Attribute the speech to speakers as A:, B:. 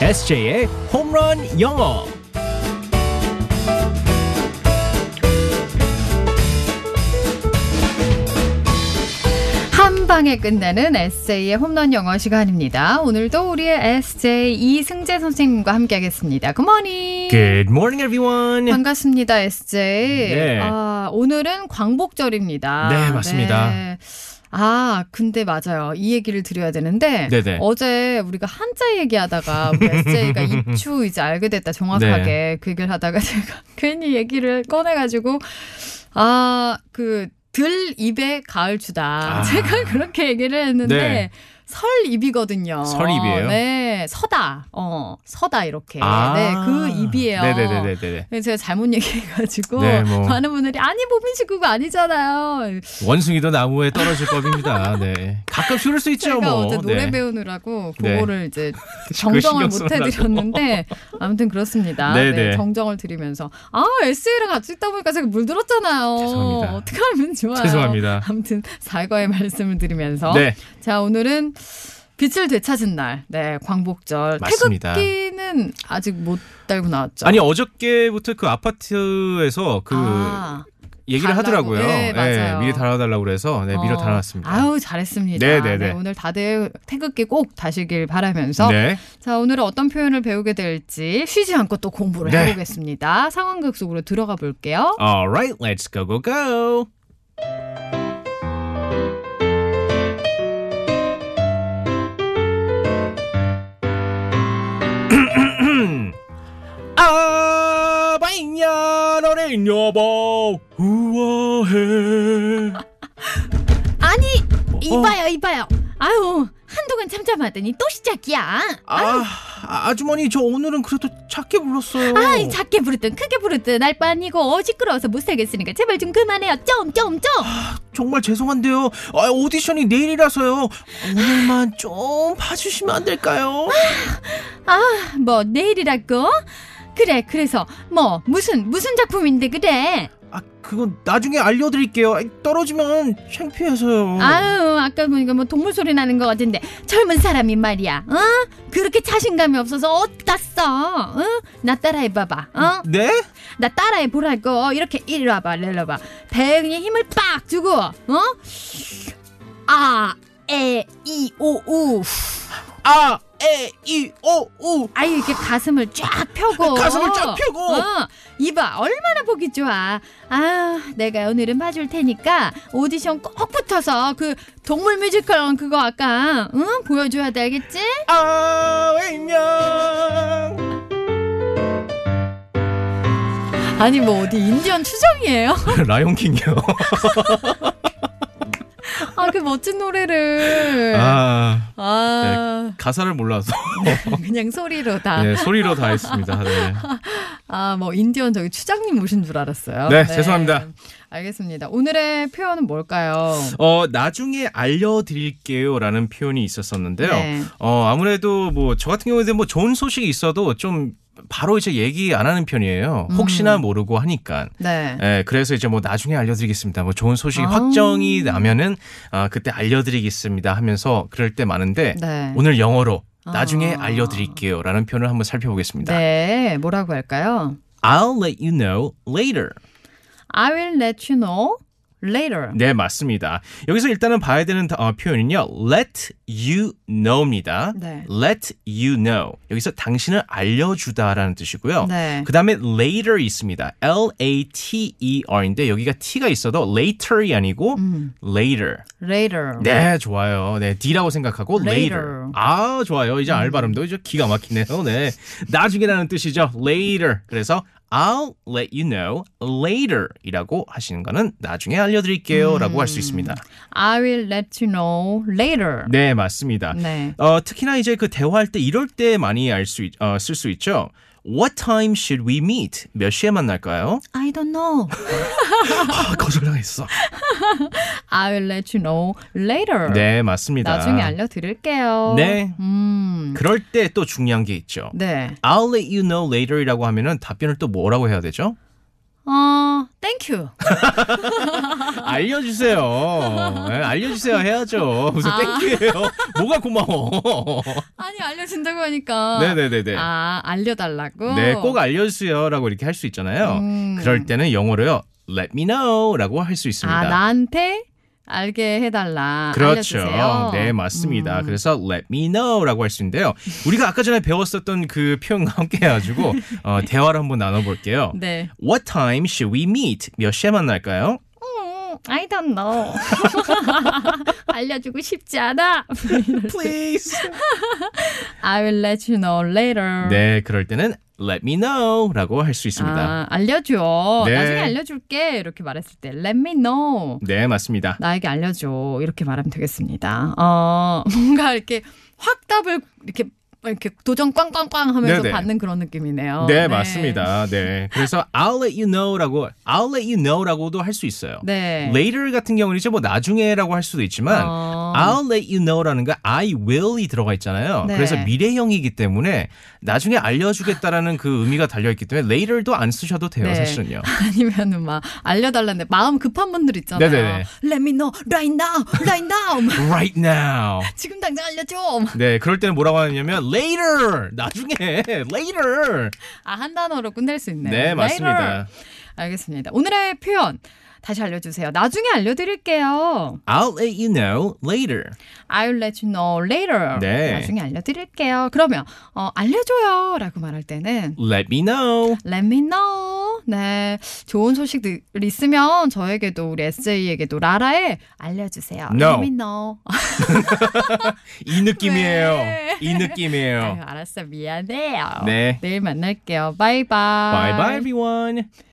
A: SJ의 홈런 영어.
B: 한 방에 끝내는 에세이의 홈런 영어 시간입니다. 오늘도 우리의 에세이 이승재 선생님과 함께하겠습니다. 굿모닝.
A: Good morning,
B: 네,
A: everyone.
B: 반갑습니다, 에세이.
A: 네.
B: 아, 오늘은 광복절입니다.
A: 네, 맞습니다.
B: 네. 아, 근데 맞아요. 이 얘기를 드려야 되는데
A: 네네.
B: 어제 우리가 한자 얘기하다가 우리 에세이가 입추 이제 알게 됐다 정확하게
A: 네.
B: 그 얘기를 하다가 제가 괜히 얘기를 꺼내가지고 아 그 들 입에 가을 추다
A: 아.
B: 제가 그렇게 얘기를 했는데
A: 네.
B: 설 입이거든요.
A: 설 입이에요?
B: 네 서다 어 서다 이렇게 네그 입이에요.
A: 아. 네네네네네.
B: 근데 제가 잘못 얘기해가지고
A: 네, 뭐.
B: 많은 분들이 아니 보민씨 그거 아니잖아요.
A: 원숭이도 나무에 떨어질 겁니다. 네. 가끔 줄을 수 있죠,
B: 제가
A: 뭐.
B: 어제 노래
A: 네.
B: 배우느라고
A: 네.
B: 그거를 이제
A: 그거
B: 정정을
A: 신경
B: 못
A: 쓰느라고.
B: 해드렸는데 아무튼 그렇습니다.
A: 네,
B: 네,
A: 네.
B: 정정을 드리면서 아 SA랑 같이 있다 보니까 제가 물들었잖아요.
A: 죄송합니다.
B: 어떻게 하면 좋아요.
A: 죄송합니다.
B: 아무튼 사과의 말씀을 드리면서
A: 네.
B: 자 오늘은 빛을 되찾은 날, 네 광복절
A: 맞습니다.
B: 태극기는 아직 못 달고 나왔죠.
A: 아니 어저께부터 그 아파트에서 그
B: 아,
A: 얘기를
B: 달라고.
A: 하더라고요.
B: 네, 맞아요.
A: 미리 달아달라고 그래서 네, 미리
B: 어,
A: 달아놨습니다.
B: 아우 잘했습니다.
A: 네, 네, 네.
B: 오늘 다들 태극기 꼭 다시길 바라면서
A: 네.
B: 자, 오늘은 어떤 표현을 배우게 될지 쉬지 않고 또 공부를
A: 네.
B: 해보겠습니다. 상황극 속으로 들어가 볼게요.
A: Alright, let's go go go. 아바이냐 너는 여보 우아해
B: 아니,
A: 어, 이봐요,
B: 이봐요. 아유, 한동안 참참하더니 또 시작이야.
A: 아 아주머니 저 오늘은 그래도 작게 불렀어요
B: 아, 작게 부르든 크게 부르든 알바 아니고 시끄러워서 못 살겠으니까 제발 좀 그만해요. 좀, 좀, 좀.
A: 정말 죄송한데요 아, 오디션이 내일이라서요 오늘만 좀 봐주시면 안 될까요?
B: 뭐 내일이라고? 그래, 그래서 뭐 무슨 무슨 작품인데 그래?
A: 아 그건 나중에 알려드릴게요. 아이, 떨어지면 창피해서요.
B: 아유, 아까 보니까 뭐 동물 소리 나는 것 같은데 젊은 사람이 말이야. 어? 그렇게 자신감이 없어서 어디다 써? 어? 나 따라해 봐봐. 어?
A: 네?
B: 나 따라해 보라고. 이렇게 이리 와봐, 이리 와봐. 배에 힘을 빡 주고, 어? 아, 에, 이, 오, 우.
A: 아, 에, 이, 오, 우.
B: 아유, 이렇게 가슴을 쫙 펴고.
A: 가슴을 쫙 펴고.
B: 어, 이봐, 얼마나 보기 좋아. 아, 내가 오늘은 봐줄 테니까 오디션 꼭 붙어서 그 동물 뮤지컬 그거 아까, 응? 보여줘야 돼, 알겠지?
A: 아, 안녕.
B: 아니, 뭐 어디 인디언 추정이에요?
A: 라이온킹이요.
B: 아, 그 멋진 노래를. 아,
A: 아, 가사를 몰라서
B: 그냥 소리로 다.
A: 네, 소리로 다 했습니다. 네.
B: 아, 뭐 인디언 저기 추장님 오신 줄 알았어요.
A: 네, 죄송합니다.
B: 알겠습니다. 오늘의 표현은 뭘까요?
A: 어, 나중에 알려드릴게요라는 표현이 있었었는데요.
B: 네.
A: 어, 아무래도 뭐 저 같은 경우에는 뭐 좋은 소식이 있어도 좀 바로 이제 얘기 안 하는 편이에요.
B: 음.
A: 혹시나 모르고 하니까.
B: 네.
A: 예, 그래서 이제 뭐 나중에 알려드리겠습니다. 뭐 좋은 소식이
B: 아.
A: 확정이 나면은 아, 그때 알려드리겠습니다 하면서 그럴 때 많은데
B: 네.
A: 오늘 영어로 나중에
B: 아.
A: 알려드릴게요라는 표현을 한번 살펴보겠습니다.
B: 네, 뭐라고 할까요?
A: I'll let you know later.
B: I will let you know later.
A: 네, 맞습니다. 여기서 일단은 봐야 되는 다- 어, 표현은요. let you know입니다.
B: 네.
A: let you know. 여기서 당신을 알려주다라는 뜻이고요.
B: 네.
A: 그 다음에 later 있습니다. L A T E R인데 여기가 T가 있어도 later이 아니고
B: 음.
A: later.
B: later.
A: 네, 좋아요. 네, D라고 생각하고 later.
B: Later.
A: 아, 좋아요. 이제 알 발음도 이제 기가 막히네요. 네. 나중에라는 뜻이죠. later. 그래서 I'll let you know later이라고 하시는 거는 나중에 알려드릴게요라고 할 수 있습니다.
B: I will let you know later.
A: 네, 맞습니다.
B: 네.
A: 어, 특히나 이제 그 대화할 때 이럴 때 많이 알 수, 있- 어, 쓸 수 있죠. What time should we meet? 몇 시에 만날까요?
B: I don't know.
A: 아, 거절당했어.
B: I will let you know later.
A: 네, 맞습니다.
B: 나중에 알려드릴게요.
A: 네.
B: 음.
A: 그럴 때 또 중요한 게 있죠.
B: 네.
A: I'll let you know later이라고 하면은 답변을 또 뭐라고 해야 되죠?
B: 어, 어, 땡큐.
A: 알려주세요. 예, 알려주세요 해야죠. 무슨
B: 아.
A: 땡큐예요. 뭐가 고마워.
B: 아니 알려준다고 하니까.
A: 네네네네.
B: 어. 아 알려달라고.
A: 네, 꼭 알려주세요라고 이렇게 할 수 있잖아요.
B: 음.
A: 그럴 때는 영어로요. Let me know라고 할 수 있습니다.
B: 아 나한테 알게 해달라.
A: 그렇죠.
B: 알려주세요.
A: 네, 맞습니다.
B: 음.
A: 그래서 let me know라고 할 수 있는데요. 우리가 아까 전에 배웠었던 그 표현과 함께 해가지고 어, 대화를 한번 나눠볼게요.
B: 네.
A: What time should we meet? 몇 시에 만날까요?
B: 음, I don't know. 알려주고 싶지 않아. 네.
A: Please.
B: I will let you know later.
A: 네, 그럴 때는 let me know라고 할 수 있습니다.
B: 아, 알려줘.
A: 네.
B: 나중에 알려줄게. 이렇게 말했을 때 let me know.
A: 네, 맞습니다.
B: 나에게 알려줘. 이렇게 말하면 되겠습니다. 어, 뭔가 이렇게 확 답을 이렇게 이렇게 도전 꽝꽝꽝 하면서
A: 네네.
B: 받는 그런 어, 느낌이네요.
A: 네, 맞습니다. 네. 그래서 I'll let you know라고 I'll let you know라고도 할 수 있어요.
B: 네.
A: later 같은 경우는 이제 뭐 나중에라고 할 수도 있지만
B: 어.
A: I'll let you know라는 거 I will이 들어가 있잖아요.
B: 네.
A: 그래서 미래형이기 때문에 나중에 알려주겠다라는 그 의미가 달려있기 때문에 later도 안 쓰셔도 돼요,
B: 네.
A: 사실은요.
B: 아니면은 막 알려달라는데 마음 급한 분들 있잖아요.
A: 네네네.
B: Let me know right now, right now. 막
A: Right now.
B: 지금 당장 알려줘. 막
A: 네, 그럴 때는 뭐라고 하냐면 later, 나중에 later.
B: 아, 한 단어로 끝낼 수 있네요.
A: 네, 맞습니다.
B: Later. 알겠습니다. 오늘의 표현 다시 알려주세요. 나중에 알려드릴게요.
A: I'll let you know later.
B: I'll let you know later.
A: 네.
B: 나중에 알려드릴게요. 그러면 어, 알려줘요 라고 말할 때는
A: Let me know.
B: Let me know. 네. 좋은 소식들 있으면 저에게도 우리 SJ에게도 라라에 알려주세요.
A: No.
B: Let me know.
A: 이 느낌이에요.
B: 왜?
A: 이
B: 아유,
A: 느낌이에요.
B: 알았어. 미안해요.
A: 네.
B: 내일 만날게요. 바이바이.
A: Bye bye everyone.